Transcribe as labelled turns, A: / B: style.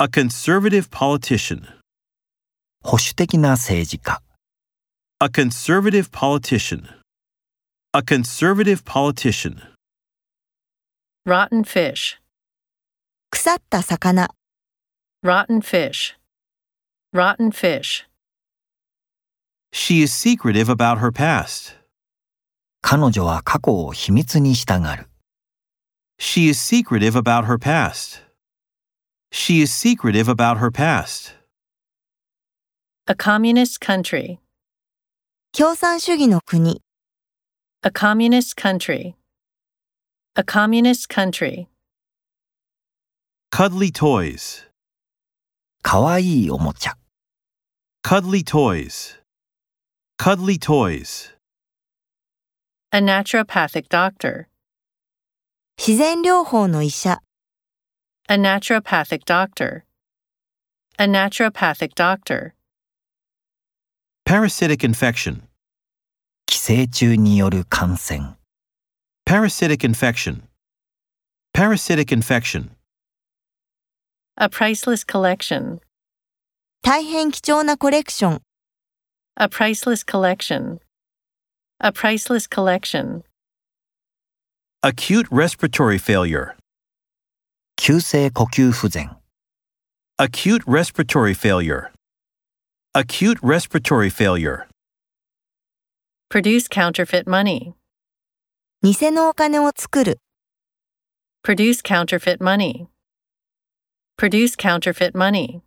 A: A conservative politician.
B: 保守的な政治家、
A: A conservative politician. A conservative politician.
C: rotten fish,
D: 腐った魚、
C: rotten fish, rotten fish,
A: She is secretive about her past.
B: 彼女は過去を秘密にしたがる。
A: She is secretive about her past. She is secretive about her past.
C: a communist country,
D: 共産主義の国、
C: a communist country, a communist country,
A: Cuddly toys.
B: かわいいおもちゃ、
A: Cuddly toys. Cuddly toys.
C: a naturopathic doctor,
D: 自然療法の医者、
C: a naturopathic doctor, a naturopathic doctor,
A: Parasitic infection.
B: 寄生虫による感染、
A: Parasitic infection. Parasitic infection.
C: a priceless collection,
D: 大変貴重なコレクション、
C: a priceless collection, a priceless collection,
A: Acute respiratory failure.
B: 急性呼吸不全、
A: Acute respiratory failure. Acute respiratory failure.
C: produce counterfeit money,
D: 偽のお金を作る、
C: produce counterfeit money, produce counterfeit money.